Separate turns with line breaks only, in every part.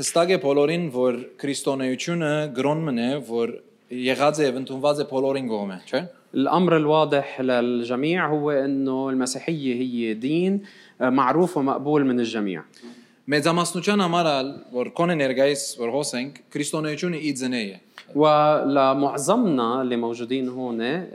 Հստակ է բոլորին, որ քրիստոնեությունը գրոնմն է, որ եղած է եւ ընդունված է բոլորին գողում է, չէ՞։
الأمر الواضح للجميع هو أنه المسيحية هي دين آه، معروف ومقبول من الجميع
Մեծամասնության համար ալ, որ կոնե ներգայիս որ հոսենք, քրիստոնեությունը ի ձնե է։
ولمعظمنا اللي موجودين هون آه،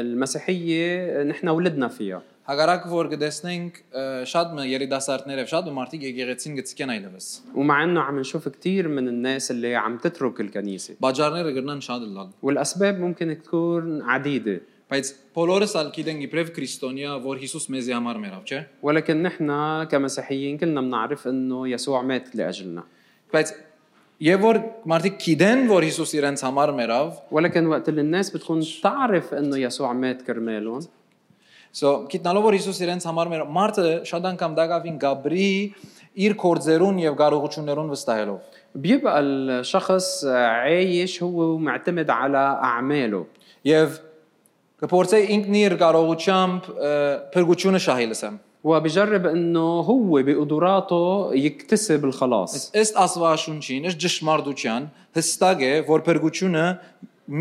المسيحية نحن ولدنا فيها
Հակառակ որ կտեսնենք ը, շատ մը երիտասարդներ եւ շատ մարդիկ եկեղեցին գծկեն այլևս։
ومع أنه عم نشوف كثير من الناس اللي عم تترك الكنيسة
Բաժարները կգնան շատ լավ։
والأسباب ممكن تكون عديدة
Բայց բոլորս ալ գիտենք իբրև քրիստոնյա, որ Հիսուս մեզի համար մեռավ, չէ՞։
ولكن نحن كمسيحيين كلنا بنعرف أنه يسوع مات لأجلنا
Բայց եւ որ մարդիկ գիտեն, որ Հիսուս իրենց համար մեռավ,
ولكن وقت اللي الناس بتكون تعرف انه يسوع مات كرمالهم
So, գիտնալով որ Հիսուս իրենց համար մեր մարդը շատ անգամ դակավին Գաբրի իր կորձերուն եւ կարողություններուն վստահելով։
بيبقى الشخص عايش هو معتمد على اعماله
Եվ կփորձե ինքն իր կարողությամբ ը, փրկությունը շահելսեմ։
وبجرب انه هو بقدراته يكتسب الخلاص
Ըստ Աստվածաշունչին, ըստ ճշմարտության, հստակ է, որ փրկությունը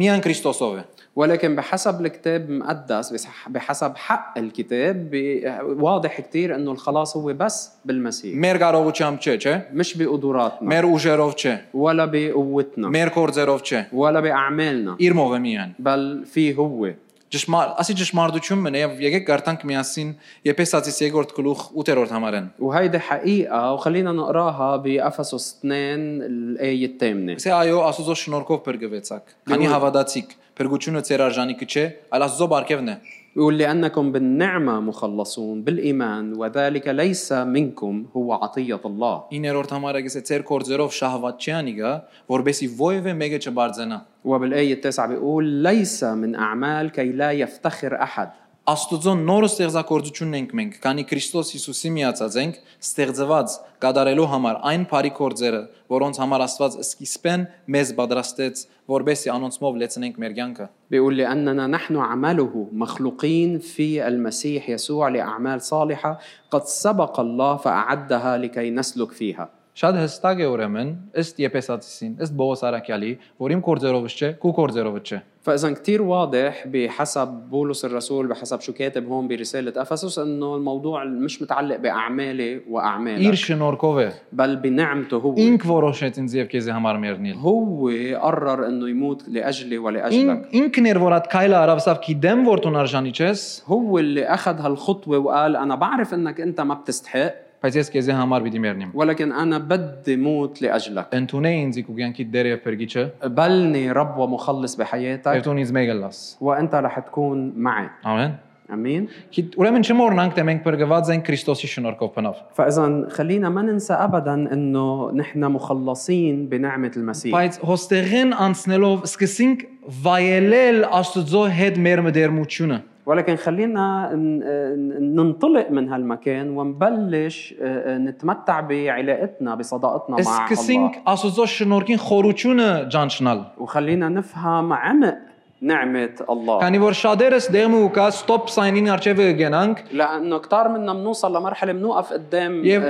միայն Քրիստոսով է։
ولكن بحسب الكتاب المقدس بس- بحسب حق الكتاب بي- واضح كتير انه الخلاص هو بس بالمسيح
Մեր կարողությամբ չէ, չէ։
مش بقدراتنا
Մեր ուժերով չէ,
ولا بقوتنا
մեր կորձերով չէ։
ولا باعمالنا
Իրմով է միայն։
بل فيه هو
Ճշմարտ, ասի ճշմարտությունն է եւ եկեք գարտանք միասին Եփեսացիս 2-րդ գլուխ 8-րդ համարեն։
وهيدي حقيقة وخلينا نقراها بأفسس 2 الآية الثامنة
Իսկ այո, Աստուծո շնորհքով բերգվեցաք։ Քանի
Լուրջ։
հավատացիք, բերգությունը ծեր արժանիքը չէ, այլ Աստուծո բարգևն է։
يقول لأنكم بالنعمة مخلصون بالإيمان وذلك ليس منكم هو عطية الله
9-րդ համարը գսե ծեր կորձերով շահված չի անիգա, որբեսի ովևէ մեկը չբարձանա։
وبالآية التاسعة بيقول ليس من أعمال كي لا يفتخر أحد
Աստուծո նորը ստեղծագործությունն ենք մենք, քանի Քրիստոս Հիսուսի միացած ենք, ստեղծված կատարելու համար այն բարի կորձերը, որոնց համար Աստված սկիզբեն մեզ պատրաստեց, որբեսի անոնցմով լեցնենք մեր յանքը։
بيقول لأننا نحن عمله مخلوقين في المسيح يسوع لأعمال صالحة قد سبق الله فأعدها لكي نسلك فيها
Շատ հստակ է ուրեմն, ըստ Եփեսացին, ըստ Բողոս Արաքյալի, որ իմ կորձերովս չէ, քու կորձերովս չէ։
فإذا كتير واضح بحسب بولس الرسول بحسب شو كاتب هون برسالة أفسس أنه الموضوع مش متعلق بأعمالي وأعمالك
Իր շնորհքով է
بل بنعمته هو
ինք որոշեց ինձ եւ քեզի համար մեռնել։
هو قرر انه يموت لاجلي ولاجلك
Ինքն էր որ այդ քայլը արավ, սավ գիտեմ որ դու արժանի ես,
هو اللي اخذ هالخطوه وقال انا بعرف انك انت ما بتستحق
բայց ես քեզի համար պիտի մեռնեմ։
ولكن انا بدي موت لاجلك
Ընտունե ինձ ու կյանքի դեր եւ բերգիչը,
قبلني رب ومخلص
եւ
بحياتك
դու ինձ մեկ լաս։
وانت رح تكون معي
Ամեն։
امين
Գիտ- Ուրեմն չմոռնանք, թե մենք բերգված ենք Քրիստոսի շնորհքով բնավ։
فاذا خلينا ما ننسى ابدا انه نحن مخلصين بنعمه المسيح
Բայց հոստեղեն անցնելով սկսենք վայելել Աստուծո հետ մեր մդերմությունը։
ولكن خلينا ن- ن- ننطلق من هالمكان ونبلش آه، آه، نتمتع بعلاقتنا بصداقتنا مع الله
Սկսենք Աստուծո շնորհքին խորությունը ճանչնալ։
وخلينا نفهم عمق نعمة الله
Քանի որ շատերս դեմ ու կա stop sign-ին արջևը գնանք,
لأنه كتار منا بنوصل لمرحلة بنوقف قدام
يب.
يب...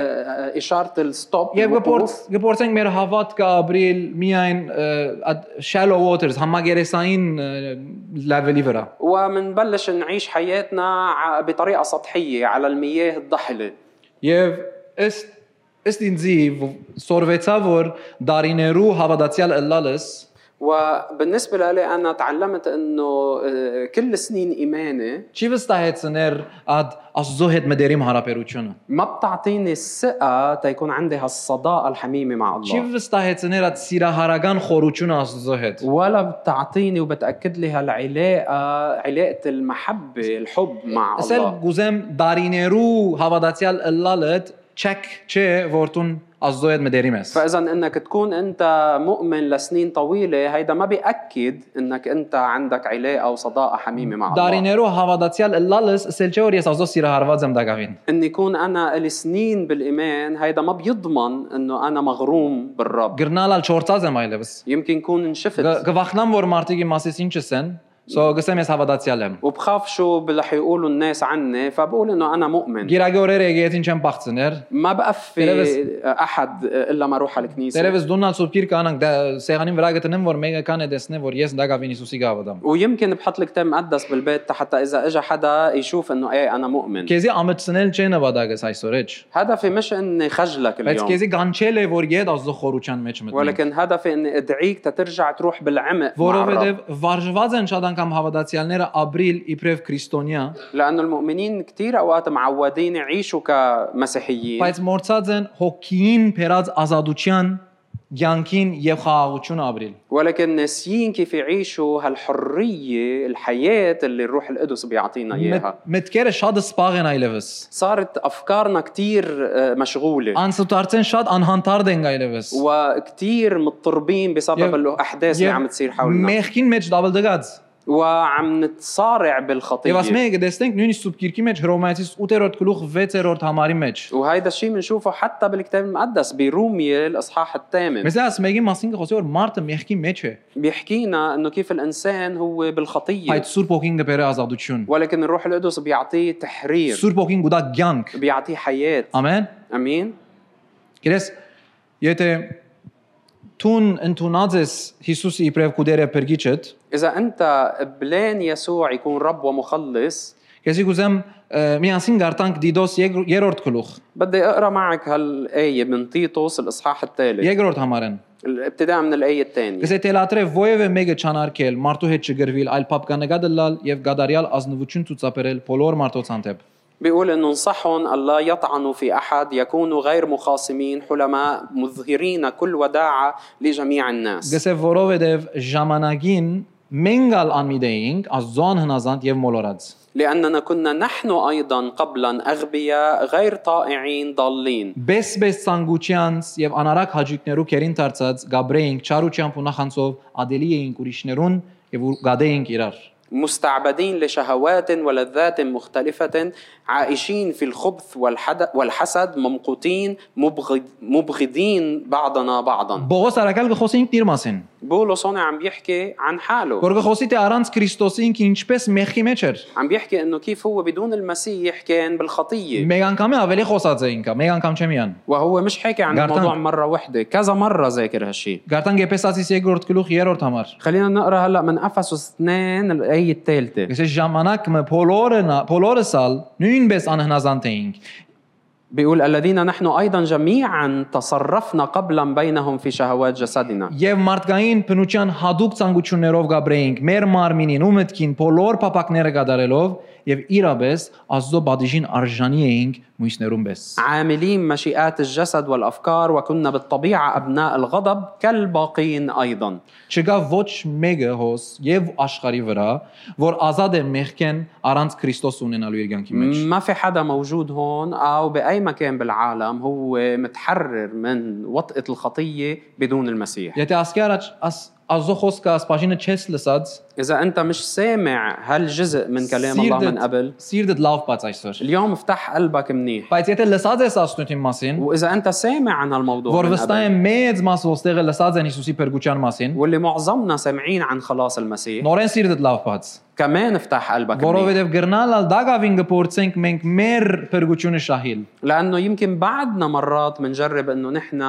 إشارة الستوب
Եվ
الوقوف.
գործ գործենք մեր հավատքը ապրիլ միայն ը, այդ shallow waters համագերեսային ը, level-ի վրա։
ومنبلش نعيش حياتنا ع- بطريقة سطحية على المياه الضحلة
Եվ ըստ ըստ ինձի վ- սորվեցա որ դարիներու հավատացյալ ըլլալս
وبالنسبة لي أنا تعلمت أنه آه، كل سنين إيماني
չի վստահեցներ այդ աստծո հետ մտերիմ հարաբերությունը։
ما بتعطيني الثقة تيكون عندي هالصداقة الحميمة مع
Չի
الله
վստահեցներ այդ սիրահարական խորությունը աստծո հետ։
ولا بتعطيني وبتأكد لي هالعلاقة علاقة المحبة الحب مع
Ասել
الله
գուզեմ դարիներու հավատացյալ ըլլալդ check չէ որտուն աստծո հետ մտերիմ ես։
فاذا انك تكون انت مؤمن لسنين طويله هيدا ما بياكد انك انت عندك علاقه وصداقه حميمه مع الله
Դարիներով հավատացյալ լալս սելչեոր ես ազո սիրահարված եմ դակավին։
ان يكون انا لي سنين بالايمان هيدا ما بيضمن انه انا مغروم بالرب
Գրնալալ չորցած եմ այլևս։
يمكن يكون
Գ-
انشفت
Գվախնամ որ մարդիկ իմ ասես ինչս են, So գսեմ ես հավատացյալ եմ։
وبخاف شو رح يقولوا الناس عني فبقول انه انا مؤمن
Գիրագի օրերը եկեք եթե չեմ բացներ։
ما بقفي
تلبس-
احد الا ما اروح على الكنيسه
Տերևս դուննալ սուպիր կանանք դա դե սեղանին վրա գտնեմ որ մեկը կան է դեսնե որ ես դակավին Հիսուսի գավադամ։
ويمكن بحط لك كتاب مقدس بالبيت حتى اذا اجى حدا يشوف انه ايه انا مؤمن
Քեզի ամեցնել չեն նվադակես այսօր էջ։
هدفي مش اني خجلك
Բայց
اليوم
քեզի գանչել է որ եդ ազդո խորության մեջ մտնի։
ولكن هدفي اني ادعيك تترجع تروح بالعمق مع الرب
Որովհետև վարժված են շատ անգամ հավատացյալները ապրիլ իբրև քրիստոնյա,
لانه المؤمنين كثير اوقات معودين يعيشوا كمسيحيين
բայց մորցած են հոգին փերած ազատության, ցանկին եւ խաղաղություն ապրիլ։
ولكن ناسيين كيف يعيشوا هالحريه الحياه اللي الروح القدس بيعطينا اياها
Մետ- Մտքերը շատ սպաղ են այլևս։
صارت آه، افكارنا كثير
آه.
مشغوله
Անսուտարձեն շատ անհանդարտ են այլևս։
وكثير مضطربين بسبب
يب-
الاحداث اللي عم تصير حولنا
Մեղքին մեջ դավլ դգած։
وعم نتصارع
Եվ ասում
بالخطيه
եք դեսնենք նույնիսկ սուբկիրքի մեջ Հռոմայացիս 8-րդ գլուխ 6-րդ համարի մեջ։
وهيدا الشيء بنشوفه حتى بالكتاب المقدس بروميا الاصحاح الثامن
Մեզ ասում եք մասին կխոսի որ մարդը մեղքի մեջ է,
بيحكينا انه كيف الانسان هو بالخطيه
բայց Սուրբ Հոգին կբերի ազատություն։
ولكن الروح القدس بيعطيه تحرير
Սուրբ Հոգին գուտա ցանկ։
بيعطيه حياه
Ամեն։
امين
Գիտես, եթե տուն ընդունած ես Հիսուսի իբրև կուդերը բրգիչդ,
اذا انت قبلان يسوع يكون رب ومخلص
քեզի գուզեմ ը, միասին գարտանք Դիդոս եկ- երրորդ գլուխ,
بدي اقرا معك هالايه من تيتوس الاصحاح الثالث
երկրորդ համարեն։
الابتداء من الايه الثانيه
Գսե տելատրե ովևէ մեկը չանարկել, մարդու հետ չգրվել, այլ փապկանագադը լալ եւ գադարյալ ազնվություն ցուցաբերել բոլոր մարդոց հանդեպ։
بيقول انه انصحهم الا يطعنوا في احد يكونوا غير مخاصمين حلماء مظهرين كل وداعه لجميع الناس
Գսե որովհետև ժամանակին մենգալ անմիդեինք ազոն հնազանդ եւ մոլորած։
لاننا كنا نحن ايضا قبلا اغبياء غير طائعين ضالين
Բեսբես ցանգուչյանց եւ անարակ հաջիկներու կերին դարձած Գաբրեինք չարուչյան փունախանցով ադելի էինք ուրիշներուն եւ ու- գադեինք իրար։
مستعبدين لشهوات ولذات مختلفة عائشين في الخبث والحد والحسد ممقوتين مبغض- مبغضين بعضنا بعضا
Բողոս արակալ գխոսինք իր մասին։
بولس هون عم بيحكي عن حاله
Որ գխոսի թե առանց Քրիստոսի ինքը ինչպես մեղքի մեջ էր։
عم بيحكي انه كيف هو بدون المسيح كان بالخطية
Մեկ անգամ է ավելի խոսած է ինքը, մեկ անգամ չեմ իան։
وهو مش حكي عن
قرطان.
الموضوع مرة واحدة كذا مرة ذاكر هالشيء
Գարտան Գեփեսացիս երկրորդ գլուխ 3-րդ համար։
خلينا نقرا هلا من افسس 2 الايه الثالثه
Ես այս ժամանակը բոլորը նա- բոլորըսալ նույնպես անհնազանդ էինք։
بيقول الذين نحن ايضا جميعا تصرفنا قبلا بينهم في شهوات جسدنا
Եվ մարդկային բնության հadoop ցանկություններով գաբրեինք մեր մարմինին ու մտքին բոլոր փապակները գդարելով եւ իրապես ազդո բադիժին արժանի էինք մույսներուն պես։
عاملين مشيئات الجسد والافكار وكنا بالطبيعه ابناء الغضب كالباقين ايضا
Չկա ոչ մեկը հոս եւ աշխարի վրա, որ ազատ է մեղքեն առանց Քրիստոս ունենալու իր կյանքի մեջ։
ما في حدا موجود هون او باي مكان بالعالم هو متحرر من وطئه الخطيه بدون المسيح
Եթե ասքի առաջ աս ազո խոսքը ասպաշինը չես լսած,
اذا انت مش سامع هالجزء من كلام الله من قبل
սիրդդ- սիրդդ լավ բաց այսօր։
اليوم افتح قلبك منيح
Բայց եթե լսած ես աստուտի մասին,
واذا انت سامع عن هالموضوع
որ
من
վստահ
قبل
եմ մեծ մաս ոստեղը լսած են Հիսուսի փրկության մասին,
واللي معظمنا سامعين عن خلاص المسيح
նորեն սիրդդ լավ բաց։
كمان افتح قلبك منيح
Որովհետև գրնալալ դակավին գործենք մենք մեր փրկությունը շահիլ։
لانه يمكن بعدنا مرات بنجرب انه نحن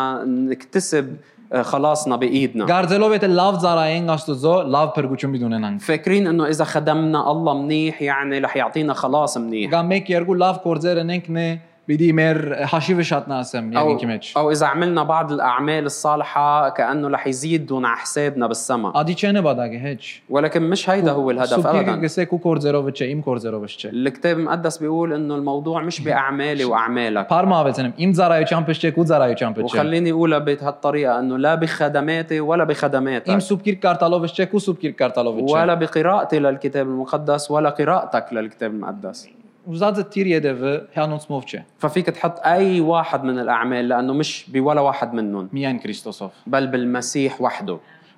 نكتسب آه، خلاصنا بايدنا
Գարձելով եթե լավ ծարայենք Աստուծո, լավ փրկություն ունենանք։
فاكرين انه اذا خدمنا الله منيح يعني رح يعطينا خلاص منيح
Կամ մեկ երկու լավ գործեր ունենք նե պիտի մեր հաշիվը շատ նասեմ
او
ինքի մեջ։
او اذا عملنا بعض الاعمال الصالحه كانه رح يزيدون على حسابنا بالسما
Ադի չենը բադագի հեչ։
ولكن مش هيدا هو الهدف
Սուբկիկը
ابدا
գսեք ու գործերով չէ, իմ գործերով չէ։
الكتاب المقدس بيقول انه الموضوع مش باعمالي واعمالك
Փարմա ավեցնեմ, իմ ծարայությամբ չէ, քու ծարայությամբ չէ։
وخليني اقولها بهالطريقه انه لا بخدماتي ولا
Իմ
بخدماتك
սուբկիրք կարտալով չէ, քու սուբկիրք կարտալով չէ։
ولا بقراءتي للكتاب المقدس ولا قراءتك للكتاب المقدس
Ուզածը թիր եդևը հյանոցմով չէ,
ففيك تحط اي واحد من الاعمال لانه مش بولا واحد منهم
միայն Քրիստոսով։
بل بالمسيح وحده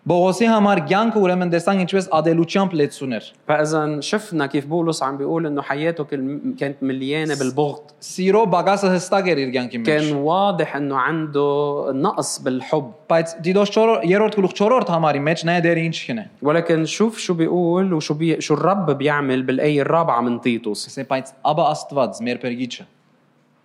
Բողոսի համար ցանկը ուրեմն տեսանք ինչպես ադելությամբ լեցուներ։
فاذا شفنا كيف بولس عم بيقول انه حياته كل- كانت مليانه بالبغض
Սիրո բագասը հստակ էր իր ցանկի մեջ։
كان واضح انه عنده نقص بالحب
Բայց Տիտոս 4-րդ գլուխ 4-րդ համարի մեջ նա դեր ինչ կնե։
ولكن شوف شو بيقول وشو بي شو الرب بيعمل بالايه الرابعه من تيتوس
Ասե բայց ապա Աստված մեր Պերգիչը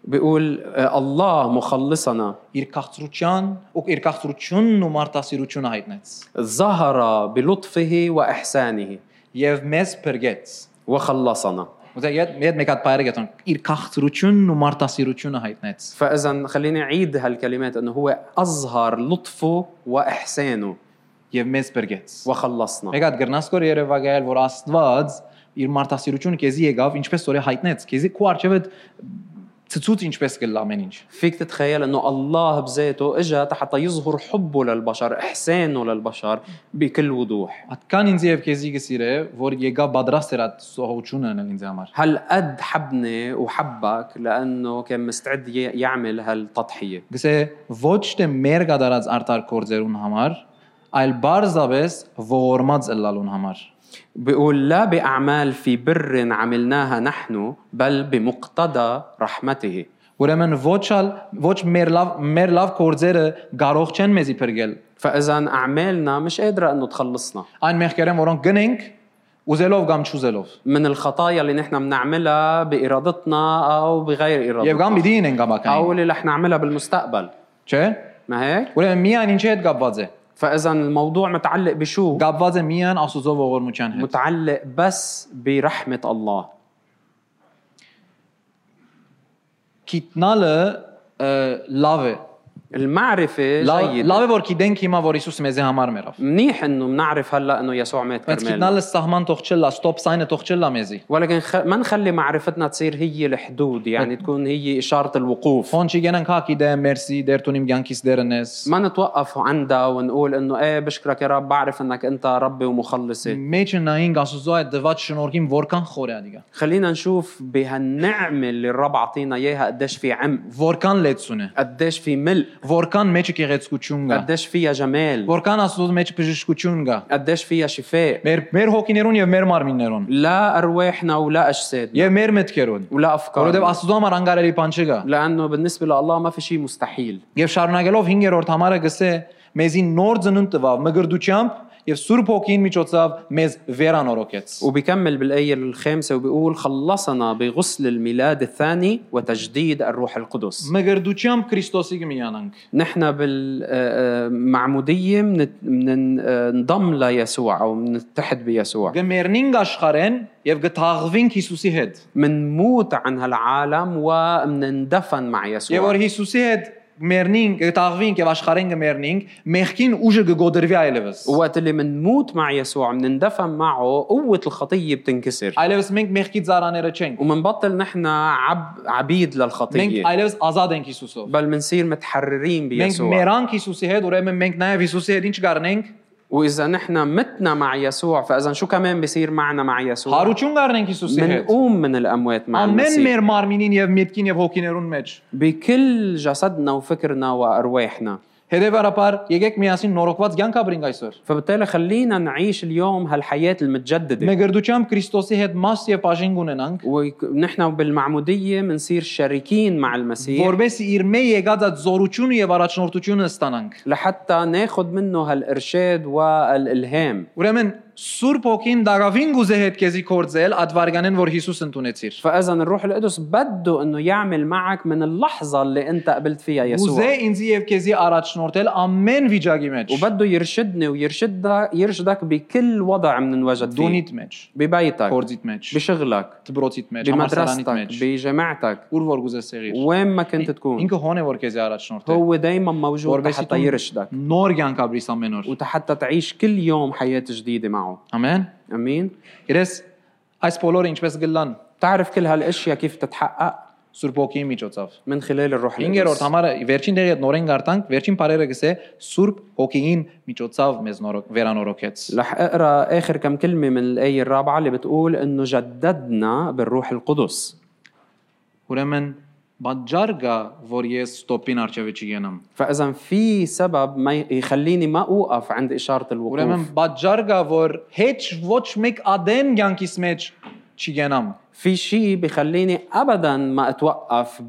بيقول آه، الله مخلصنا
իր քաղցրության ու իր քաղցրությունն ու մարդասիրությունը հայտնեց
ظهر بلطفه واحسانه
եւ մեզ Պերգեց։
وخلصنا
Ուզե իդ մեդ մեկ հատ բայրը գտան իր քաղցրությունն ու մարդասիրությունը հայտնեց։
فاذا خليني اعيد هالكلمات انه هو اظهر لطفه واحسانه
եւ մեզ Պերգեց։
وخلصنا
Մեկ հատ գրնասկոր Երևա գալ որ Աստված իր մարդասիրությունը քեզի եկավ, ինչպես օրը հայտնեց, քեզի քո արջևը ցծուց ինչպես կլա ամեն ինչ։
فيك تتخيل انه الله بذاته اجى حتى يظهر حبه للبشر احسانه للبشر بكل وضوح
Ատկան ինձ եւ քեզի գսիրե, որ եկա պատրաստ էր այդ սողությունը անել ինձ համար։
هل قد حبني وحبك لانه كان مستعد ي- يعمل هالتضحيه
Գսե ոչ թե մեր գդարած արտար կորձերուն համար, այլ բարձավես ողորմած ըլլալուն համար։
بيقول لا باعمال في بر عملناها نحن بل بمقتضى رحمته
Ուրեմն ոչալ ոչ մեր լավ մեր լավ կորձերը կարող չեն մեզի փրկել։
فاذا اعمالنا مش قادره انه تخلصنا
Այն մեղքերեն որոնք գնենք, ուզելով կամ չուզելով։
من الخطايا اللي نحن بنعملها بارادتنا او بغير
Եվ կամ
ارادتنا
պիտի ինենք
او
ամակային,
اللي رح نعملها بالمستقبل
չէ՞։
ما هيك
Ուրեմն միան ինչի հետ կապված է։
فاذا الموضوع متعلق بشو
Կապված է միան Աստծո ողորմության հետ։
متعلق بس برحمه الله
Գիտնալը ը, լավ է։
المعرفه
Լավ
جيده
լավ է որ գիտենք հիմա որ Հիսուս մեզի համար մեռավ։
منيح انه بنعرف هلا انه يسوع مات
Բայց
كرمالنا
գիտնալը սահման թողչելա, stop sign-ը թողչելա մեզի։
ولكن خ... ما نخلي معرفتنا تصير هي الحدود يعني تكون هي إشارة الوقوف
Ֆոն չի գնանք հա գիտե, մերսի, դեր տունիմ ցանկիս դերնես։
ما نتوقف عندها ونقول انه ايه بشكرك يا رب بعرف انك انت ربي ومخلصي
Մեջը նայինք Աստծո այդ դված շնորհքին որքան խոր է ադիգա։
خلينا نشوف بهالنعمة اللي الرب عطينا اياها قديش في عمق
Որքան լեցուն է,
قديش في ملء
որքան մեջը գեղեցկություն կա,
قديش فيها جمال
որքան Աստծո մեջ բժշկություն կա։
قديش فيها شفاء
Մեր մեր հոգիներուն եւ մեր մարմիններուն
لا ارواحنا ولا اجسادنا
եւ մեր մտքերուն,
ولا
որովհետեւ
افكارنا
Աստծո համար անկարելի բան չկա։
لانه بالنسبه لله ما في شيء مستحيل
Եվ շարունակելով 5-րդ համարը գսե մեզի նոր ծնունդ տվավ մգրդությամբ եւ Սուրբ Հոգին միջոցով մեզ վերանորոգեց։
وبكمل بالآية الخامسة وبيقول خلصنا بغسل الميلاد الثاني وتجديد الروح القدس
Մգրդությամբ Քրիստոսի գմիանանք։
نحن بالمعمودية بننضم ليسوع أو بنتحد بيسوع
Գմերնինգ աշխարեն եւ գթաղվինք Հիսուսի հետ։
منموت عن هالعالم ومنندفن مع
Եվ
يسوع
որ Հիսուսի հետ մերնինգ, գթաղվինք եւ աշխարեն գմերնինգ, մեղքին ուժը գգոդրվի այլևս։
وقت اللي منموت مع يسوع منندفن معه قوة الخطية بتنكسر
Այլևս մենք մեղքի ծառաները չենք։
ومنبطل نحن عب عبيد
Մենք
للخطية
այլևս ազատ ենք Հիսուսով։
بل منصير متحررين
Մենք
بيسوع
մերանք Հիսուսի հետ, ուրեմն մենք նաեւ Հիսուսի հետ ինչ կառնենք։
واذا نحن متنا مع يسوع فاذا شو كمان بيصير معنا مع يسوع
Հարություն կառնենք Հիսուսի հետ։
منقوم من الاموات مع
Ամեն
المسيح
մեր մարմինին եւ միտքին եւ հոգիներուն մեջ։
بكل جسدنا وفكرنا وارواحنا
Հետևաբար եկեք միասին նորոգված ցանկ ապրենք այսօր։
فبالتالي خلينا نعيش اليوم هالحياه المتجدده
Մեգրդությամբ Քրիստոսի հետ մաս եւ բաժին ունենանք,
ونحن بالمعموديه بنصير شريكين مع المسيح
որովհետեւ իր մեջ եկած այդ զորությունը եւ առաջնորդությունը ստանանք։
لحتى ناخذ منه هالارشاد والالهام
Ուրեմն Սուրբ Հոգին դարավին գուզե հետ քեզի կործել ադվարգանեն որ Հիսուս ընդունեցիր։
فاذا الروح القدس بده انه يعمل معك من اللحظه اللي انت قبلت فيها
Գուզե
يسوع
ինձ եւ քեզի առաջնորդել ամեն վիճակի մեջ։
وبده يرشدني ويرشدك يرشدك بكل وضع بننوجد فيه
Դունիտ մեջ,
ببيتك
կործիտ մեջ,
بشغلك
դբրոցիտ մեջ, համասարանիտ
بمدرستك
մեջ,
بجامعتك
ուր որ գուզես եղիր։
وين ما كنت تكون
Ինքը հոն է որ քեզի առաջնորդել։
هو دائما موجود
որովհետեւ
حتى يرشدك
Նոր ցանկ ապրիս ամեն օր։
وحتى تعيش كل يوم حياة جديدة معه
Ամեն։
أمين
Գրես այս բոլորը ինչպես գլան
تعرف كل هالأشياء كيف تتحقق
Սուրբ Օքի միջոցով։
من خلال الروح
5-րդ
القدس
համարը վերջին դեղի հետ նորեն գարտանք, վերջին բարերը գսե Սուրբ Օքիին միջոցով մեզ նորոգ վերանորոգեց։
رح اقرا اخر كم كلمه من الايه الرابعه اللي بتقول انه جددنا بالروح القدس
Ուրեմն բաժար կա, որ ես ստոպին արջևի չգնամ։
فاذا في سبب ما يخليني ما اوقف عند اشاره الوقوف
Ուրեմն բաժար կա, որ հեչ ոչ մեկ ադեն ցանկիս մեջ չգնամ։
في شيء بخليني ابدا ما اتوقف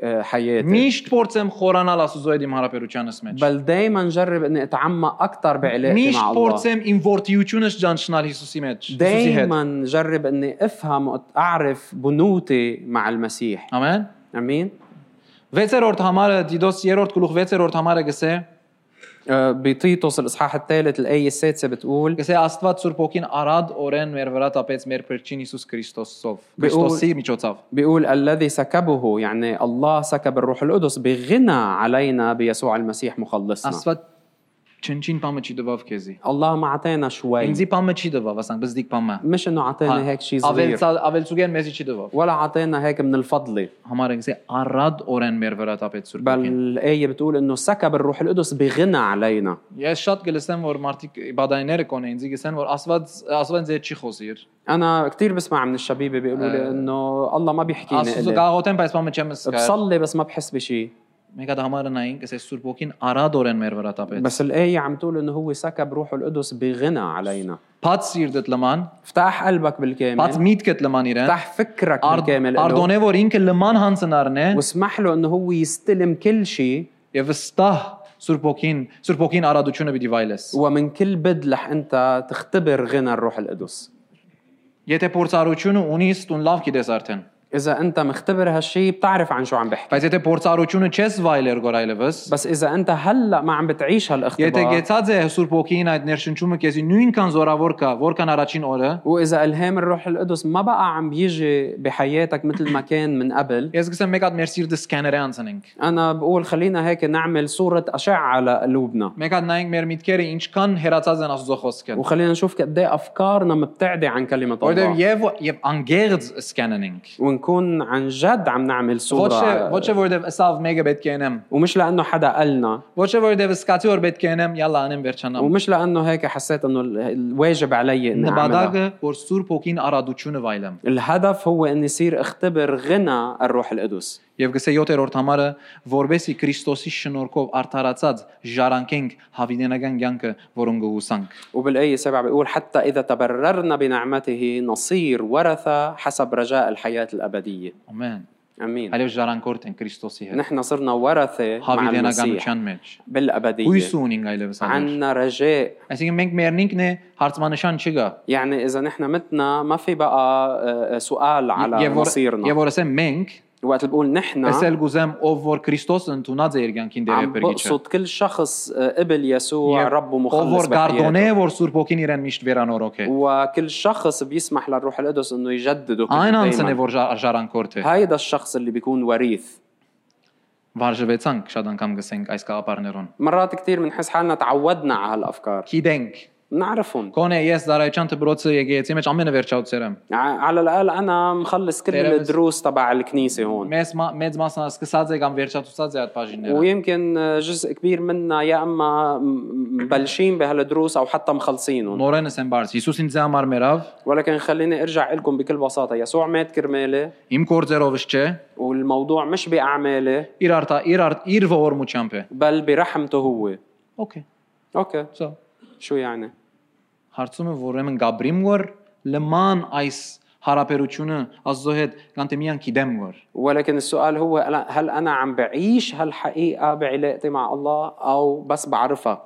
بحياتي
Միշտ փորձեմ խորանալ Աստուծո հետ իմ հարաբերությանս մեջ։
بل دائما جرب اني اتعمق اكثر بعلاقتي
Միշտ
مع الله
փորձեմ իմ ворթիությունս ճանչնալ Հիսուսի մեջ։
Դե
Հիսուսի հետ։
دائما جرب اني افهم واعرف بنوتي مع المسيح
Ամեն։
امين
6-րդ համարը Դիդոս 3-րդ գլուխ 6-րդ համարը գսե,
آه، بتيتوس الاصحاح الثالث الايه السادسه بتقول
գսե Աստված Սուրբ Օքին արադ օրեն մեր վրա տապեց մեր Փրկին Հիսուս Քրիստոսով, Քրիստոսի միջոցով։
بيقول الذي سكبه يعني الله سكب الروح القدس بغنى علينا بيسوع المسيح مخلصنا
Աստված չնչին բամը չի տվավ քեզի։
الله ما عطانا شوي
Ինձի բամը չի տվավ, ասենք բզդիկ բամը։
مش انه عطانا هيك شيء صغير
Ավել ավելցուգեն մեզի չի տվավ։
ولا عطانا هيك من الفضل
Համարը գսե արադ օրեն մեր վրա տապեց Սուրբ
بل
Օքին։
الآية بتقول إنه سكب الروح القدس بغنى علينا
Ես շատ գլսեմ, որ մարդիկ բադայները կոնեն, ինձի գսեն, որ Աստված Աստված ձեր չի խոսիր։
أنا كثير بسمع من الشبيبة بيقولوا لي إنه الله ما بيحكيني
Աստուծո
إلي
գաղոտեն, բայց բամը չեմ սկայր։
بصلي بس ما بحس بشيء
Մեկ հատ համարը նային, գսե Սուրբ Օքին արադ օրեն մեր վրա տապեց։
بس الآية عم تقول إنه هو سكب روح القدس بغنى علينا
Բաց սիրտդ լման,
افتح قلبك
բաց
بالكامل
միտքդ լման իրեն։
افتح فكرك
արդ-
بالكامل إله
Արդոնե որ ինքը լման հանցնարն է
واسمح له انه هو يستلم كل شيء
եւ վստահ Սուրբ Օքին, Սուրբ Օքին արադությունը պիտի վայելես։
ومن كل بد رح انت تختبر غنى الروح القدس
Եթե փորձառությունը ունիս, տուն լավ գիտես արդեն։
اذا انت مختبر هالشيء بتعرف عن شو عم بحكي
Բայց եթե փորձառությունը չես վայելեր գորայլևս,
بس اذا انت هلا ما عم بتعيش
եթե
هالاختبار
գեցած է Սուրբ Օքին այդ ներշնչումը քեզի նույնքան զորավոր կա, որքան առաջին օրը,
واذا الهام الروح القدس ما بقى عم بيجي بحياتك مثل ما كان من قبل
ես գսեմ մեկ հատ մեր սիրտը սկաները անցնենք։
انا بقول خلينا هيك نعمل صوره اشعه لقلوبنا
Մեկ հատ նայենք մեր միտքերը ինչքան հերացած են Աստծո խոսքը։
وخلينا نشوف قد ايه افكارنا مبتعده عن كلمه
Որտեւ
الله
եւ եւ անգերձ սկանենք։
ونكون عن جد عم نعمل
Ոչ
صوره
թե- ոչ
على-
թե որտեւ ասավ մեկը պետք է ենեմ։
ومش لانه حدا قالنا
Ոչ թե որովհետև սկացի որ պետք է անեմ, յալա անեմ վերջանամ։
ومش لانه هيك حسيت انه ال- الواجب علي اني اعملها
Նպատակը որ Սուրբ Օքին արադությունը վայելեմ։
الهدف هو اني صير اختبر غنى الروح القدس
Եվ գսե 7-րդ համարը, որբեսի Քրիստոսի շնորհքով արդարացած ժառանգենք հավիտենական կյանքը, որոնք գուսանք։
وبالايه 7 بيقول حتى اذا تبررنا بنعمته نصير ورثه حسب رجاء الحياه الابديه
Ամեն։
امين
Այլև ժառանգորդ են Քրիստոսի հետ
نحن صرنا ورثه مع المسيح
հավիտենականության մեջ։
بالابديه
Հույս ունենք այլևս այլ։
عنا رجاء
Այսինքն մենք մերնինքն է հարցմանշան չկա։
يعني اذا نحن متنا ما في بقى آه، آه، سؤال على
Եվ որ
مصيرنا
եւ որ ասեմ մենք,
وقت اللي بقول نحن
ասել գուզեմ ով որ Քրիստոսը ընդունած է իր կյանքին
عم
դերեր բերիչը։
بقصد كل شخص آه، قبل يسوع ربه
Ով
مخلص
որ
بحياته
գարդոնե որ Սուրբ Օքին իրեն միշտ վերանորոգ է։
وكل شخص بيسمح للروح القدس انه يجدده
Այն անցն է
دايماً.
որ ժա- ժառանգորդ է։
هيدا الشخص اللي بيكون وريث
Վարժվեցանք շատ անգամ գսենք այս գաղապարներուն։
مرات كثير بنحس حالنا تعودنا على هالافكار
Գիտենք,
بنعرفهم
կոնե ես Զարայչյան դպրոցը եկեցի մեջ ամենը վերջացուցերեմ։
ع- على الاقل انا مخلص كل
تعرف-
الدروس تبع الكنيسه هون
Մեծ մա- մեծ մասը սկսած է կամ վերջացուցած է այդ բաժինները։
ويمكن جزء كبير منا يا اما م- مبلشين بهالدروس او حتى مخلصينهم
Նորենս են բարձ։ Հիսուսին ձե համար մերավ,
ولكن خليني ارجع لكم بكل بساطه يسوع مات كرمالي
իմ կորձերովս չէ,
والموضوع مش باعمالي
իր արտա իր արտ իր ողորմությամբ է։
بل برحمته هو
Okay,
اوكي
so
شو يعني
հարցումը որ ուրեմն Գաբրիմ որ լման այս հարաբերությունը Աստծո հետ կանտեմիան գիտեմ որ
ولكن السؤال هو ألا- هل انا عم بعيش هالحقيقه بعلاقتي مع الله او بس بعرفها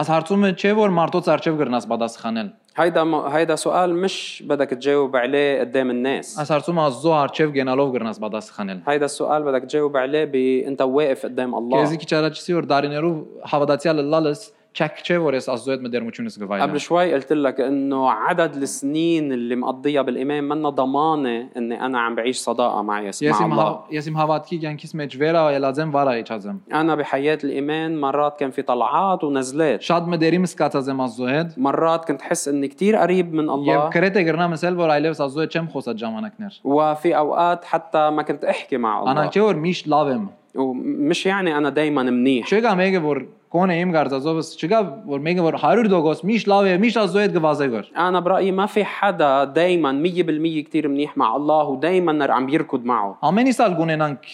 Աս հարցումը չէ որ մարդոց արջև գրնաս պատասխանել։
هيدا م... هيدا سؤال مش بدك تجاوب عليه قدام الناس
Աս հարցումը Աստծո արջև գնալով գրնաս պատասխանել։
هيدا السؤال بدك تجاوب عليه ب... انت واقف قدام
Քեզի
الله
քիչ առաջ որ դարիներով հավատացյալ լալս չեք չէ որ ես Աստծո հետ մդերմությունս գվայնեմ։
قبل شوي قلت لك انه عدد السنين اللي مقضيها بالايمان منا ضمانه اني انا عم بعيش صداقه مع يسوع
Ես
مع
իմ
الله
հավ- ես իմ հավատքի կյանքից մեջ վերա ելածեմ վարա իջածեմ։
انا بحياه الايمان مرات كان في طلعات ونزلات
Շատ մդերիմ սկացած եմ Աստծո հետ
مرات كنت حس اني كتير قريب من
եւ
الله
կրեթե գրնամ ասել որ այլևս Աստծո հետ չեմ խոսած ժամանակներ։
وفي اوقات حتى ما كنت احكي مع الله
Անա չէ որ միշտ լավ եմ։
ومش يعني انا دائما منيح
Չկա մեկը որ կոնե իմ գարձածովս չկա որ մեկը որ 100% միշտ լավ է, միշտ Աստծո հետ գվազե գոր։
انا برايي ما في حدا دائما 100% كتير منيح مع الله ودائما عم يركض معه
Ամենիսալ գունենանք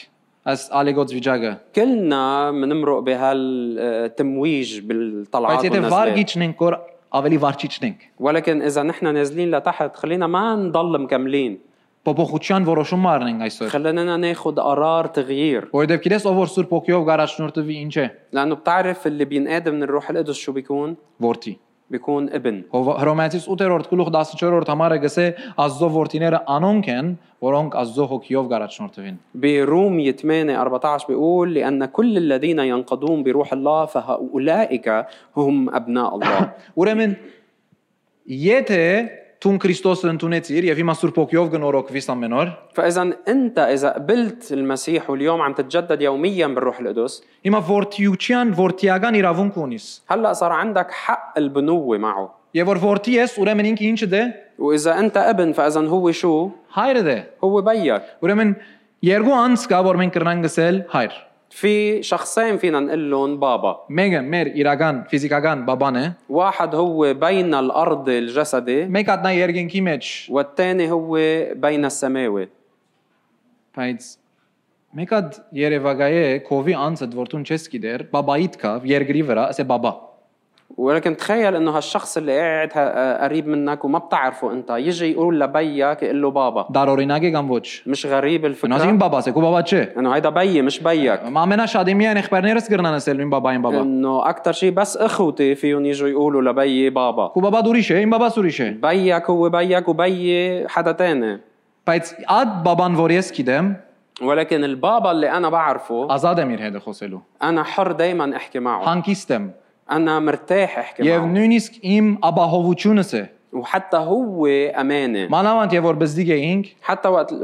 այս ալեգոց վիճակը։
كلنا بنمرق بهالتمويج
Բայց
بالطلعات
եթե
والنزلات
վարգիչնենք, որ ավելի վարչիչնենք,
ولكن اذا نحن نازلين لتحت خلينا ما نضل مكملين
փոփոխության որոշում առնենք այսօր։
خلينا ناخذ قرار تغيير
Որովհետև գիտես, ով որ Սուրբ Օքիով գարաշնորթվի, ինչ է
لانه بتعرف اللي بينقاد من الروح القدس شو بيكون
որդի։
بيكون ابن
Հով- Հռոմեացիս 8-րդ գլուխ 14-րդ համարը գսե Աստծո որդիները անոնք են, որոնք Աստծո Օքիով գարաշնորթվին։
برومية 8 14 بيقول لأن كل الذين ينقضون بروح الله فهؤلاء هم أبناء الله
Ուրեմն եթե Տուն Քրիստոսը ընդունեցիր եւ հիմա Սուրբ Օքիով գնորոքվիս ամեն օր,
فإذا أنت إذا قبلت المسيح واليوم عم تتجدد يوميا بالروح القدس
հիմա որդիության որդիական իրավունք ունիս։
هلأ صار عندك حق البنوة معه
Եվ որ որդի ես, ուրեմն ինքը ինչ դե
وإذا أنت ابن فإذا هو شو؟
հայրը դե։
هو بيك
Ուրեմն երկու անց կա, որ մենք կրնանք գսել հայր։
في شخصين فينا نقول لهم بابا
Մեկը մեր իրական ֆիզիկական բաբան է,
واحد هو بين الأرض الجسدي
մեկը նա երկինքի մեջ,
والثاني هو بين السماوي
բայց մեկը Երևանայե կովի անցը դորտուն չես գիտեր, բաբայիդ կա երկրի վրա, ասե բաբա։
ولكن تخيل انه هالشخص اللي قاعد ه- قريب منك وما بتعرفه انت يجي يقول لبيك يقول له بابا
Դար օրինակ է կամ ոչ։
مش غريب
Նոզին
الفكره
բաբաս է, կու բաբա չէ։
انه هيدا بيي مش بيك
Ամենաշատիմի այն եղբայրներս կրնան ասել իմ բաբային բաբա։
انه اكثر شيء بس اخوتي فيهم يجوا يقولوا لبيي بابا
Կու բաբա դուրիշ է, իմ բաբա սուրիշ է։
بيك هو بيك وبيي حدا تاني
Բայց այդ բաբան, որ ես գիտեմ,
ولكن البابا اللي انا بعرفه
ազատ եմ իր հետ խոսելու։
انا حر دائما احكي معه
Հանկիստ եմ։
انا مرتاح احكي
Եվ
معه
նույնիսկ իմ աբահովությունս է։
وحتى هو امانه
Մանավանդ եւ որ բզդիկ էինք,
حتى وقت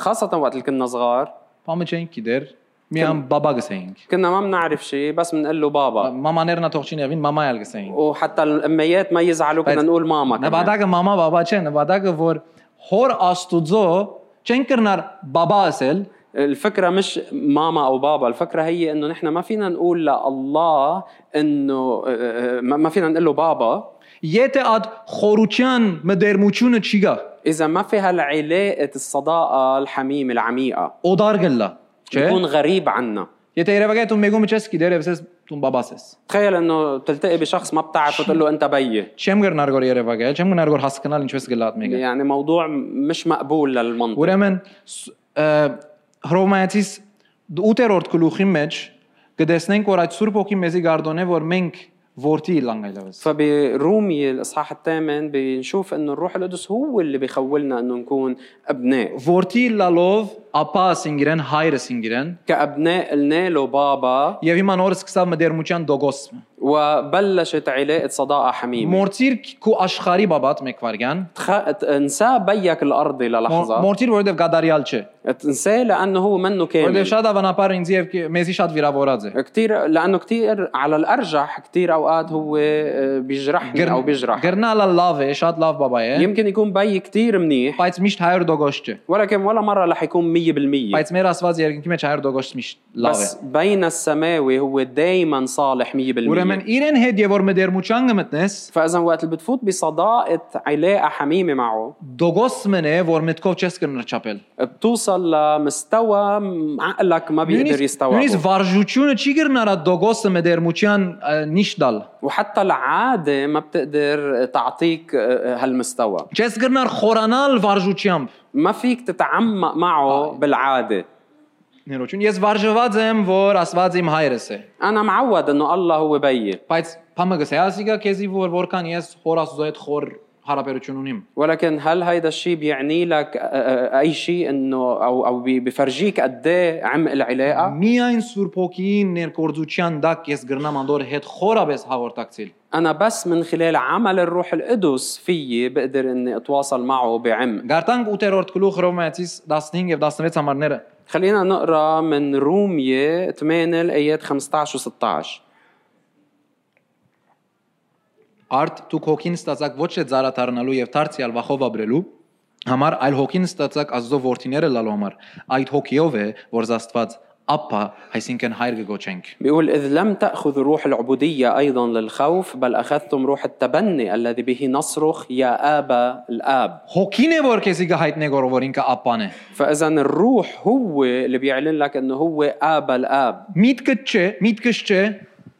خاصه وقت اللي كنا صغار
բամը չենք գիտեր, միամ բաբա գսեինք։
كنا ما بنعرف شيء بس بنقول له بابا
آه. Մամաներնա թողչին եւին մամայալ գսեինք։
وحتى الاميات ما يزعلوا كنا
بس-
نقول ماما كمان.
Նպատակը մամա բաբա չէ, նպատակը որ հոր աստուծո չեն կրնար բաբա ասել,
الفكره مش ماما او بابا الفكره هي انه نحن ما فينا نقول لله انه آه، آه، ما ما فينا نقول له بابا
եթե այդ խորության մդերմությունը չի գա,
اذا ما في هالعلاقه الصداقه الحميمه العميقه
օդար գլա, չէ։
بيكون غريب عنا
Եթե երևակայ դու մեգում չես գիտեր եւս դու բաբաս ես։
تخيل انه تلتقي بشخص ما بتعرفه تقول له انت بيي
Չեմ կրնար գոր երևակայել, չեմ կրնար գոր հասկանալ ինչպես գլա այդ մեգը։
يعني موضوع مش مقبول للمنطق
Ուրեմն ս- ը, Հռոմեացիս 8-րդ գլուխի մեջ կտեսնենք, որ այդ Սուրբ Օքի մեզի գարդոն է, որ մենք որդի իլանգայլավս։
فبرومية الإصحاح الثامن بنشوف إنه الروح القدس هو اللي بيخولنا إنه نكون أبناء
Որդի լալով ապա սինգրեն հայրը սինգրեն
كأبناء قلنا له بابا
եւ հիմա նորս սկսավ մդերմության դոգոսը։
وبلشت علاقة صداقة حميمة
Մորցիր քու աշխարի բաբատ մեկվարգյան։
تخ... تنساه بيك الأرضي
մոր-
للحظة
Մորցիր որովհետեւ գադարյալ չէ։
تنساه لأنه هو منه
Որովհետեւ
كامل
շատ ավանապար ինձ եւ քի- մեզի շատ վիրավորած է։
كتير لأنه كتير على الأرجح كتير أوقات هو آه، بيجرحني أو بيجرح
Գրնալը լավ է, շատ լավ բաբա է,
يمكن يكون بي كتير منيح
բայց միշտ 100 դոգոս չէ։
ولكن ولا مرة رح يكون مية بالمية
Բայց մեր աստված երկնքի մեջ 100 դոգոս միշտ լավ է։
بس بين السماوي هو دايما صالح مية
Ուրեմն
بالمية
իրեն հետ եւ որ մդերմության գմտնես,
فإذا وقت اللي بتفوت بصداقة علاقة حميمة معه
դոգոս մնե որ մտքով չես կնրճապել։
بتوصل لمستوى م- عقلك ما بيقدر
Նույնիսկ նույնիսկ
يستوعبه
վարժությունը չի գրնար այդ դոգոսը մդերմության ը, նիշտալ։
وحتى العادة ما بتقدر تعطيك آه، هالمستوى
Չես գրնար խորանալ վարժությամբ։
ما فيك تتعمق معه بالعادة
Ներողություն, ես վարժված եմ, որ Աստված իմ հայրս է։
أنا معود إنه الله هو بيي
Բայց փամը գսե, հա, ասիկա քեզի որ որքան ես խոր Աստծո հետ խոր հարաբերություն ունիմ։
ولكن هل هيدا الشيء بيعني لك آه، آه، أي شيء إنه أو أو بي- بفرجيك قد إيه عمق العلاقة؟
Միայն Սուրբ Հոգին ներկործության դակ ես գրնամ անդոր հետ խորաբես հաղորդակցել։
أنا بس من خلال عمل الروح القدس فيي بقدر إني أتواصل معه بعمق.
Գարտանք 8-րդ գլուխ Հռոմեացիս 15 եւ 16 համարները։
خلينا نقرا من رومية 8 الآيات 15 و 16
Արդ դուք հոգին ստացակ ոչ թե զարաթարնալու եւ դարձյալ վախով ապրելու համար, այլ հոգին ստացակ Աստծո որդիները լալու համար։ Այդ հոգիով է, որ Աստված ապա, այսինքն հայր կգոչենք։
بيقول إذ لم تأخذوا روح العبودية أيضا للخوف بل أخذتم روح التبني الذي به نصرخ يا آبا الآب
Հոգին է որ քեզի գահիտնե գորը որ ինքը ապան է։
فإذا الروح هو اللي بيعلن لك أنه هو آبا الآب
Միտքը չէ, միտքը չէ։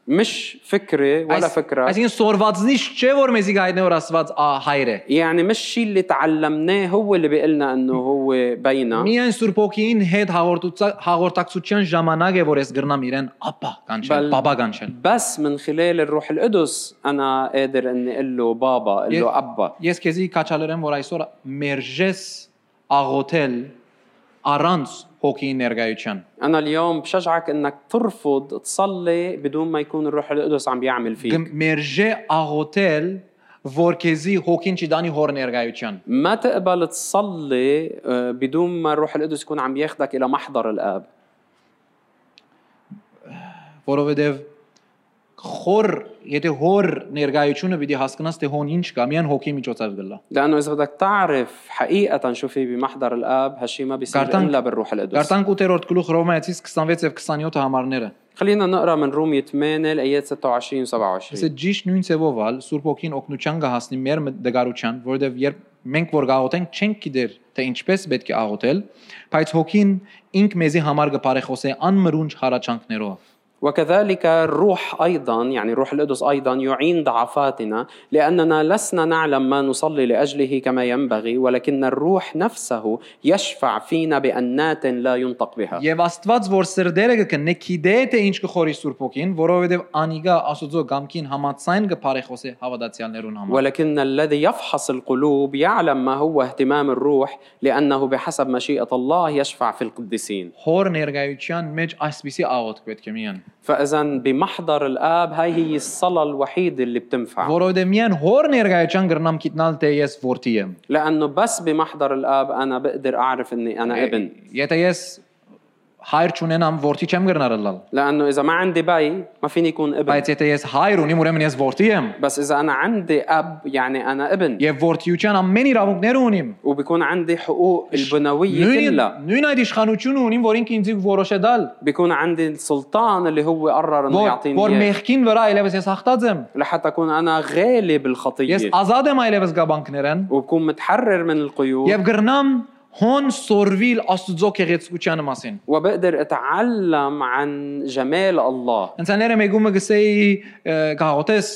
مش فكرة ولا
այս-
فكرة
Այսինքն սորվածնից չէ որ մեզի գահիտնե որ Աստված ա, հայր է։
يعني مش الشيء اللي تعلمناه هو اللي بيقلنا أنه هو بينا
Միայն Սուրբ Օքին հետ հաղորդուցա- հաղորդակցության ժամանակ է որ ես գրնամ իրեն ապա կանչել,
Բալ-
բաբա կանչել։
بس من خلال الروح القدس أنا قادر أني أقول له بابا أقول له أبا
Ես քեզի կաչալերեմ որ այսօր մերժես աղոթել առանց հոգի ներգայության։
أنا اليوم بشجعك أنك ترفض تصلي بدون ما يكون الروح القدس عم بيعمل فيك
Գմերժե աղոթել որ քեզի հոգին չի դանի հոր ներգայության։
ما تقبل تصلي آه، بدون ما الروح القدس يكون عم ياخدك الى محضر الاب
որովհետև խոր եթե հոր ներգայությունը պիտի հասկանաս թե հոն ինչ կա միան հոգի միջոցով գլա
لانه اذا بدك تعرف حقيقه شو في بمحضر الاب هالشي ما بيصير
قرطان-
الا بالروح القدس
Գարտանք 8-րդ գլուխ Ռոմայացից 26 եւ 27 համարները
خلينا نقرا من رومية 8 الايات 26
Իսկ
و27
ճիշտ նույն ձևով ալ Սուրբ Օքին օգնության կհասնի մեր մտ- դգարության որովհետև երբ մենք որ գաղտենք չենք գիտեր թե ինչպես պետք է աղոթել բայց հոգին ինք մեզի համար կփարեխոսե անմրունջ հարաճանքներով
وكذلك الروح ايضا يعني الروح القدس ايضا يعين ضعفاتنا لاننا لسنا نعلم ما نصلي لاجله كما ينبغي ولكن الروح نفسه يشفع فينا بانات لا ينطق بها
Եվ Աստված, որ սրդերը կկնե, գիտե թե ինչ կխորի Սուրբ Օքին, որովհետև անիգա Աստուծո գամքին համացայն կփարեխոսե հավատացյալներուն համար։
ولكن الذي يفحص القلوب يعلم ما هو اهتمام الروح لأنه بحسب مشيئة الله يشفع في القديسين
Հոր ներգայության մեջ այսպիսի աղոթք պետք է միան,
فإذا بمحضر الآب هاي هي الصلاة الوحيدة اللي بتنفع
որովհետև միան հոր ներգայության գրնամ գիտնալ թե ես որդի եմ։
لأنه بس بمحضر الآب أنا بقدر أعرف أني
إيه.
أنا ابن
Եթե ես հայր չունենամ, որդի չեմ գրնարալալ։
لأنه إذا ما عندي باي ما فيني يكون ابن
Բայց եթե ես հայր ունիմ, ուրեմն ես որդի եմ։
بس إذا أنا عندي أب يعني أنا ابن
Եվ որդիության ամեն իրավունքները ունիմ։
وبكون عندي حقوق البنوية
Նույն
كلها
նույն այդ իշխանությունը ունիմ, որ ինքը ինձ որոշե դալ,
بكون عندي السلطان اللي هو قرر أنه
որ
يعطيني
որ
إياه
մեղքին վրա այլևս ես հաղթած եմ։
لحتى أكون أنا غالب
Ես
الخطية
ազատ եմ այլևս գաբանքներեն
وبكون متحرر من القيود
եւ գրնամ հոն սորվիլ աստուծո քեղեցկության մասին։
وبقدر اتعلم عن جمال الله
Ընցաները մեգումը գսեի ը, գաղտես,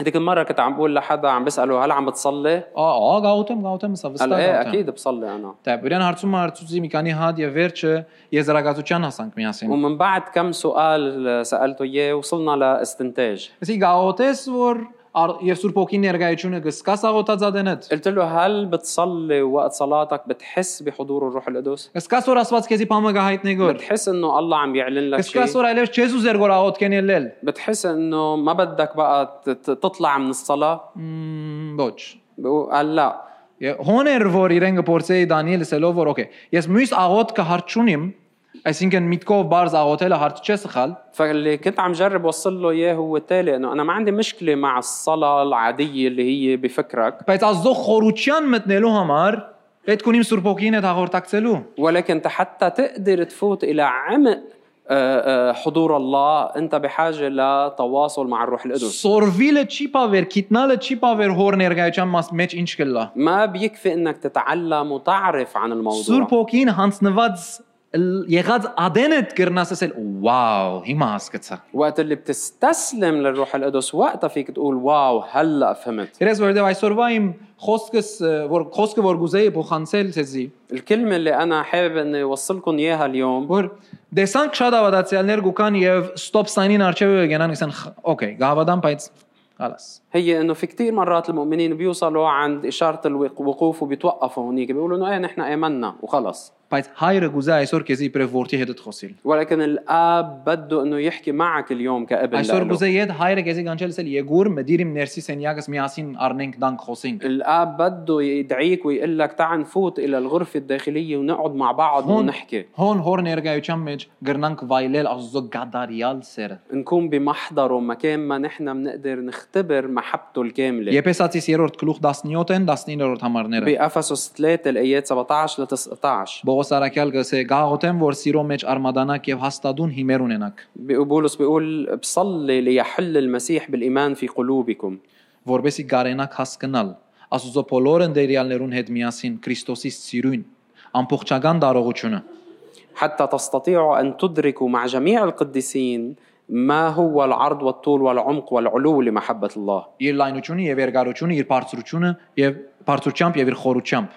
هذيك المره كنت عم بقول لحدا عم بساله هل عم بتصلي
ա ա, գաղտեմ, գաղտեմ, սա
قال
վստահ
ايه
գաղտեմ։
اكيد بصلي انا
Դա բրան հարցում հարցուցի մի քանի հատ եւ վերջը եզրակացության հասանք միասին։
ومن بعد كم سؤال سالته اياه وصلنا لاستنتاج
Էսի գաղտես, որ ար- եւ Սուրբ Օքի ներկայությունը գսկաս աղոտածադենդ։
قلت له هل بتصلي وقت صلاتك بتحس بحضور الروح القدس
Գսկաս որ Աստված քեզի բամը գահիտնեգոր։
بتحس انه الله عم يعلن لك
Գսկաس
شيء
որ այլև չես ուզեր որ աղոտ կենելել։
بتحس انه ما بدك بقى ت- ت- تطلع من الصلاه
Մմ, Ոչ։
بقول- قال لا
Եվ հոներ որ իրեն կփորձեի Դանիել ասելով որ օքեյ ես մյուս աղոտ կհարճունիմ այսինքն միտքով բարձ աղոտելը հարց չէ սխալ
فاللي كنت عم جرب اوصل له اياه هو التالي انه انا ما عندي مشكله مع الصلاه العاديه اللي هي بفكرك
բայց ազդո խորության մտնելու համար պետք ունիմ Սուրբ Օքին հետ հաղորդակցելու
ولكن انت حتى تقدر تفوت الى عمق آه، آه، حضور الله انت بحاجه لتواصل مع الروح القدس
սորվիլը չի բավեր քիտնալը չի բավեր հոր ներկայության մաս մեջ ինչ կլա
ما بيكفي انك تتعلم وتعرف عن الموضوع
Սուրբ Օքին հանձնված լ- եղած ադենդ կրնաս ասել վաու հիմա հասկացա
وقت اللي بتستسلم للروح القدس وقتها فيك تقول واو هلا فهمت
Երես որովհետև այսօրվա իմ խոսքս ը, որ խոսքը որ գուզեի փոխանցել ցեզի
الكلمه اللي انا حابب اني اوصلكم اياها اليوم
որ դեսանք շատ ավադացիալներ գուքան եւ stop sign-ին արջև գնան гэсэн օքեյ գավադան բայց خلاص
هي انه في كثير مرات المؤمنين بيوصلوا عند اشاره الوقوف وبيتوقفوا هنيك بيقولوا انه ايه نحن امنا وخلص
բայց հայրը գուզա այսօր քեզի իբրև որդի հետ խոսիլ
ولكن الاب بده انه يحكي معك اليوم كابن
այսօր
لإله.
գուզե իդ հայրը քեզի կանչելսել եգուր մդիրիմ ներսի սենյակս միասին առնենք դանք խոսենք
الاب بده يدعيك ويقول لك تعال نفوت الى الغرفه الداخليه ونقعد مع بعض
هون
ونحكي
հոն հոր ներկայության մեջ գրնանք վայելել աստծո գադարիալ սերը
نكون بمحضره مكان ما نحن بنقدر نختبر المحبة الكاملة
Եփեսացիս 3-րդ գլուխ 17-ն 19-րդ համարները։
بأفسس 3 الآيات 17 ل 19
Բողոս Արաքյալ գսե գաղութեմ որ սիրո մեջ արմադանակ եւ հաստատուն հիմեր ունենաք
بيقول- بولس بيقول بصلي ليحل المسيح بالإيمان في قلوبكم
որբեսի գարենակ հասկանալ Աստուծո բոլոր ընդերյալներուն հետ միասին Քրիստոսի սիրուն ամբողջական դարողությունը
حتى تستطيعوا أن تدركوا مع جميع القديسين ما هو العرض والطول والعمق والعلو لمحبة الله
իր լայնությունը եւ երկարությունը իր բարձրությունը եւ բարձրությամբ եւ իր խորությամբ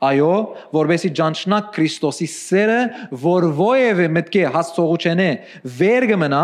այո որբեսի ճանչնակ Քրիստոսի սերը որ ովևէ մտքի հասցողուչենե վեր կմնա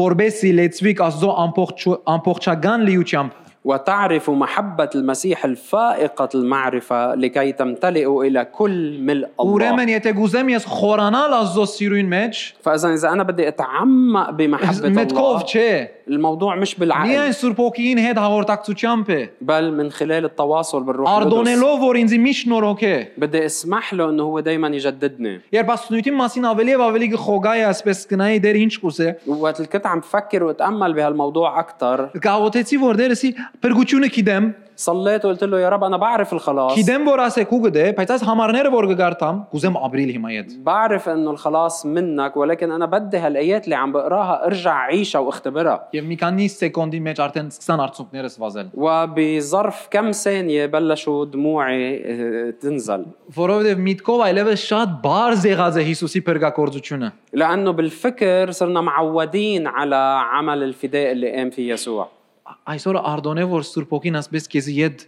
որբեսի լեցվիկ Աստուծո ամբողջ ամբողջական լիությամբ
وتعرفوا محبة المسيح الفائقة المعرفة لكي تمتلئوا إلى كل ملء الله
ուրեմն եթե գուզեմ ես խորանալ Աստուծո սիրուն մեջ
فإذا إذا أنا بدي أتعمق بمحبة
Մեդկով
الله
չէ։
الموضوع مش بالعقل
Միայն Սուրբ Օքիին հետ հաղորդակցությամբ է։
بل من خلال التواصل بالروح القدس
Արդոնելով որ ինձ մի շնորհոք է։
بدي اسمح له انه هو دائما يجددني
Երբ աստունյութի մասին ավելի եւ ավելի գխոգայի ասպես կնայի դեր ինչ կուզե։
وقت اللي كنت عم فكر واتامل بهالموضوع اكثر
Գաղութեցի որ դերսի բրգությունը գիտեմ,
صليت وقلت له يا رب انا بعرف الخلاص
գիտեմ որ ասեք ու գդե, բայց այս համարները որ գգարտամ, կուզեմ ապրիլ հիմա իդ։
بعرف انه الخلاص منك ولكن انا بدي هالايات اللي عم بقراها ارجع عيشها واختبرها
Եվ մի քանի սեկոնդի մեջ արդեն սկսան արցունքներս վազել,
وبظرف كم ثانية بلشوا دموعي آه، تنزل
որովհետեւ միտքով այլևս շատ բարձ եղած է Հիսուսի բրգակորձությունը։
لأنه بالفكر صرنا معودين على عمل الفداء اللي قام فيه يسوع
Այսօր արդոնե որ Սուրբ Օքին ասպես քեզի իդ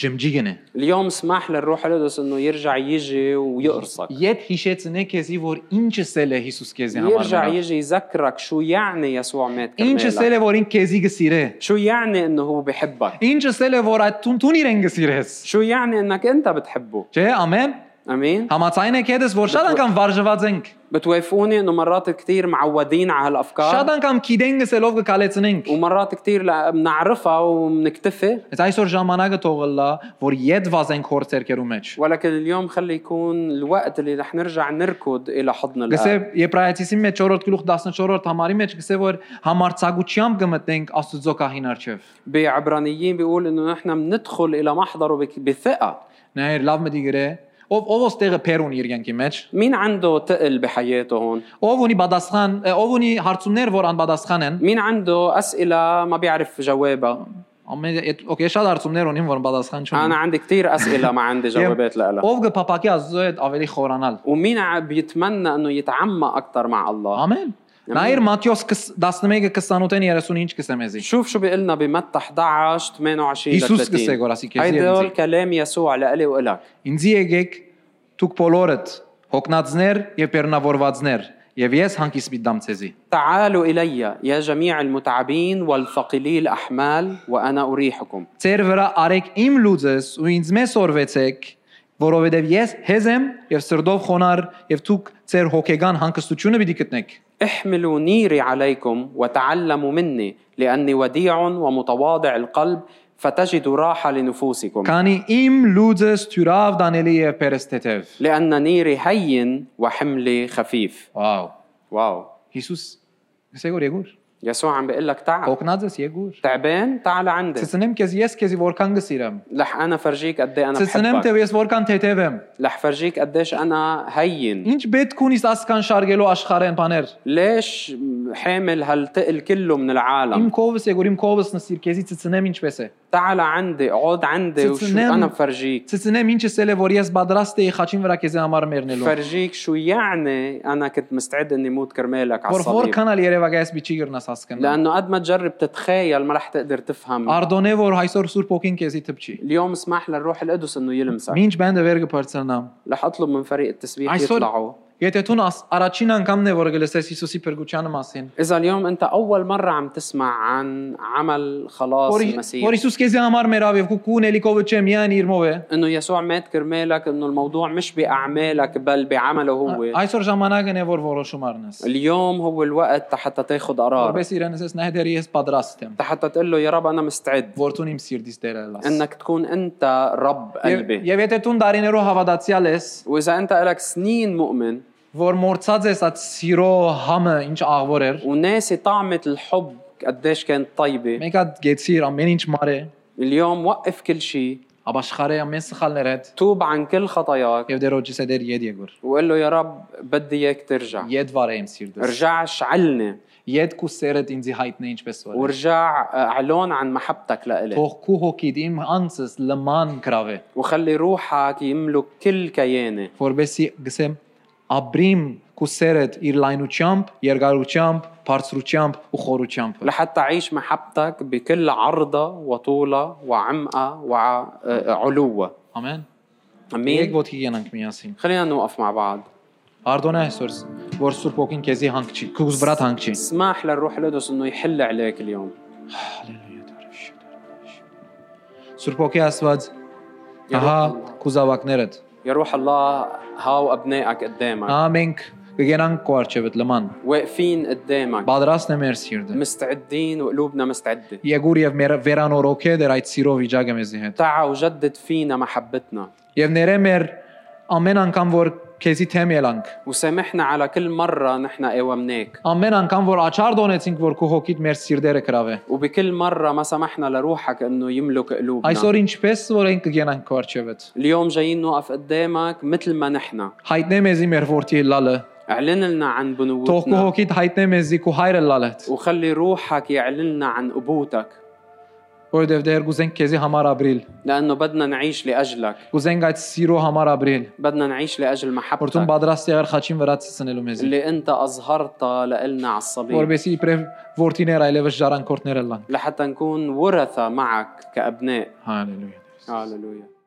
ջմջիգն է։
اليوم سمح للروح القدس انه يرجع يجي ويقرصك
Եթ հիշեցնե քեզի որ ինչը սել է Հիսուս քեզի
يرجع
համար։
يجي يذكرك شو يعني يسوع مات
Ինչը
كرمالك
սել է որ ինք քեզի գսիրե։
شو يعني انه هو بحبك
Ինչը սել է որ այդ տուն տուն իրեն գսիրես։
شو يعني انك انت بتحبه
Չէ, ամեն
امين
համացայն եք հետս որ շատ անգամ վարժված ենք։
بتوافقوني انه مرات كثير معودين على
Շատ
هالافكار
անգամ գիտենք գսելով կկալեցնենք։
ومرات كثير بنعرفها وبنكتفي
Այս այսօր ժամանակը թողելա որ իդ վազենք հոր ցերկերու մեջ։
ولكن اليوم خلي يكون الوقت اللي رح نرجع نركض الى حضن
Գսե
الاب
Եբրայեցիսի մեջ 4-րդ գլուխ 14-րդ համարի մեջ գսե որ համարցակությամբ կմտնենք Աստուծո կահին արչև։
بعبرانيين بيقول انه نحن بندخل الى محضره بك- بثقه
Նայեր լավ մտի գրե։ Ով ով ոստեղը Պերուն իրյանքի մեջ։
مين عنده تقل بحياته هون
Ով ունի պատասխան, ը, ով ունի հարցումներ, որ անպատասխան են։
مين عنده اسئله ما بيعرف جوابها
Ամեն այդ օքեյ շատ հարցումներ ունիմ, որ պատասխան
انا
չունեմ։
عندي كثير اسئله ما عندي جوابات لها
Ով կփապակի Աստծո հետ ավելի խորանալ։
ومين ع- بيتمنى انه يتعمق اكثر مع الله
Ամեն։ Նայր Մատթեոս 11:28-ն 35 կսեմ էզի։
شوف شو بيقول لنا بمتى 11 28
Հիսուս
ل 30.
կսե գորասի քեզի
هيدا
ենզի։
كلام يسوع لإلي وإلك
Ինձի եկեք դուք բոլորդ հոգնածներ եւ բեռնավորվածներ եւ ես հանգիս միտամ ցեզի։
تعالوا إلي يا جميع المتعبين والثقلي الأحمال وأنا أريحكم
Ձեր վրա արեք իմ լուծես ու ինձ մեզ օրվեցեք, որովհետեւ ես հեզ եմ եւ սրդով խոնար եւ դուք ձեր հոգեգան հանգստությունը պիտի գտնեք։
احملوا نيري عليكم وتعلموا مني لأني وديع ومتواضع القلب فتجدوا راحة لنفوسكم
Քանի իմ լուծես թյուրավ դանելի եւ պերստետև։
لأن نيري هين وحملي خفيف
Վաու։
واو
Հիսուս գսեգոր եգուր։
يسوع عم بيقول لك تعال
Օկնածես եգուր։
تعبان تعال عندي
Ցցնեմ քեզ ես քեզի որքան գսիրեմ։
رح انا فرجيك قد ايه انا
Ցցնեմ թե
بحبك
ես որքան թեթև եմ։
رح فرجيك قديش انا هين
Ինչ պետք ունիս ասկան շարգելու աշխարհեն բաներ։
ليش حامل هالتقل كله من العالم
Իմ կովս եգուր, իմ կովս նսիր քեզի ցցնեմ ինչպես է։
تعال عندي اقعد عندي وشو
تتنام.
انا بفرجيك
Ցցնեմ ինչս էլ է որ ես պատրաստ էի խաչին վրա քեզի համար մեռնելու։
بفرجيك شو يعني انا كنت مستعد اني موت كرمالك على
Որ
الصليب
որքան ալ Երևանայից մի չիգրնաս ասկան։
لانه قد ما تجرب تتخيل ما رح تقدر تفهم
Արդոնե որ այսօր Սուրբ Օքին քեզի թփչի։
اليوم اسمح للروح القدس انه يلمسك
Մինչ բանդը վեր կբարձրանամ։
رح اطلب من فريق التسبيح
Այսօր
يطلعوا
եթե դու աս- առաջին անգամն է որ գլսես Հիսուսի փրկության մասին,
اذا اليوم انت اول مره عم تسمع عن عمل خلاص
որ
المسيح
որ Հիսուս քեզի համար մերավ եւ կուն էլիկովը չեմ յան իր մով է։
انه يسوع مات كرمالك انه الموضوع مش باعمالك بل بعمله هو
Այսօր ժամանակն է որ որոշում առնես։
اليوم هو الوقت حتى تاخذ قرار
Որպես իրենս ես նայ դերի ես պատրաստ եմ,
حتى تقول له يا رب انا مستعد
որ դու իմ սիրտից դերել աս։
انك تكون انت رب
Եվ-
قلبي
Եվ եթե դու դարիներով հավատացյալ ես,
واذا انت لك سنين مؤمن
որ մորցած ես այդ սիրո համը ինչ աղվոր էր,
وناسي طعمه الحب قديش كان طيبه
Մենք այդ գեցիր ամեն ինչ մարե,
اليوم وقف كل شيء
աբաշխարե ամեն սխալներ հետ
توب عن كل خطاياك
եւ դերոջիս է դեր եդ եգուր։
وقول له يا رب بدي اياك ترجع
Եդ վարե իմ սիրտս։
ارجع شعلني
Եդ կու սերդ ինձի հայտնե ինչպես որ։
وارجع اعلن آه، عن محبتك لإلي
Թող քու հոգիդ իմ անձս լման կրավե,
وخلي روحك يملك كل كياني
որբեսի գսեմ աբրիմ քու սերդ իր լայնությամբ, երկարությամբ, բարձրությամբ ու խորությամբ։
لحتى أعيش محبتك بكل عرضة وطولة وعمقة وعلوة
Ամեն։ Եկ
أمين
ոտքի գնանք միասին։
خلينا نوقف مع بعض
Արդոնե այսօր որ Սուրբ ոգին քեզի հանգչի, քուզ վրա հանգչի։
اسمح للروح القدس انه يحل عليك اليوم
Հալելույա Տիրոջ, Տիրոջ։ Սուրբ ոգի Աստված ահա քուզավակներդ։
يا روح الله هاو أبنائك قدامك
Ամենք կգենանք քո արջևդ լման։
واقفين قدامك
Պատրաստ եմ մեր սիրտը։
مستعدين وقلوبنا مستعدة
Եգուր եւ մեր վերանորոքե դեր այդ սիրով վիճակը մեզի հետ։
تعا وجدد فينا محبتنا
Եվ ներե մեր ամեն անգամ որ քեզի թեմ ելանք,
وسامحنا على كل مرة نحن قاومناك
ամեն անգամ որ աչար դոնեցինք որ քո հոգիդ մեր սիրտերը կրավե։
وبكل مرة ما سمحنا لروحك انه يملك قلوبنا
Այսօր ինչպես որ ենք կգենանք քո արջևդ։
اليوم جايين نوقف قدامك مثل ما نحن
Հայտնե մեզի մեր որդի լալը
اعلن لنا عن
Թող քո
بنوتنا
հոգիդ հայտնե մեզի քո հայրը լալետ,
وخلي روحك يعلن لنا عن ابوتك
որովհետև դեր գուզենք քեզի համար ապրիլ,
لانه بدنا نعيش لاجلك
գուզենք այդ սիրո համար ապրիլ,
بدنا نعيش لاجل
որտուն
محبتك
պատրաստ եղար խաչին վրա ցցնելու մեզի,
اللي انت اظهرتها لنا على الصليب
որովհետև իբրև որդիներ այլևս ժառանգորդներ լան։
لحتى نكون ورثه معك كابناء
Հալելույա։
هاللويا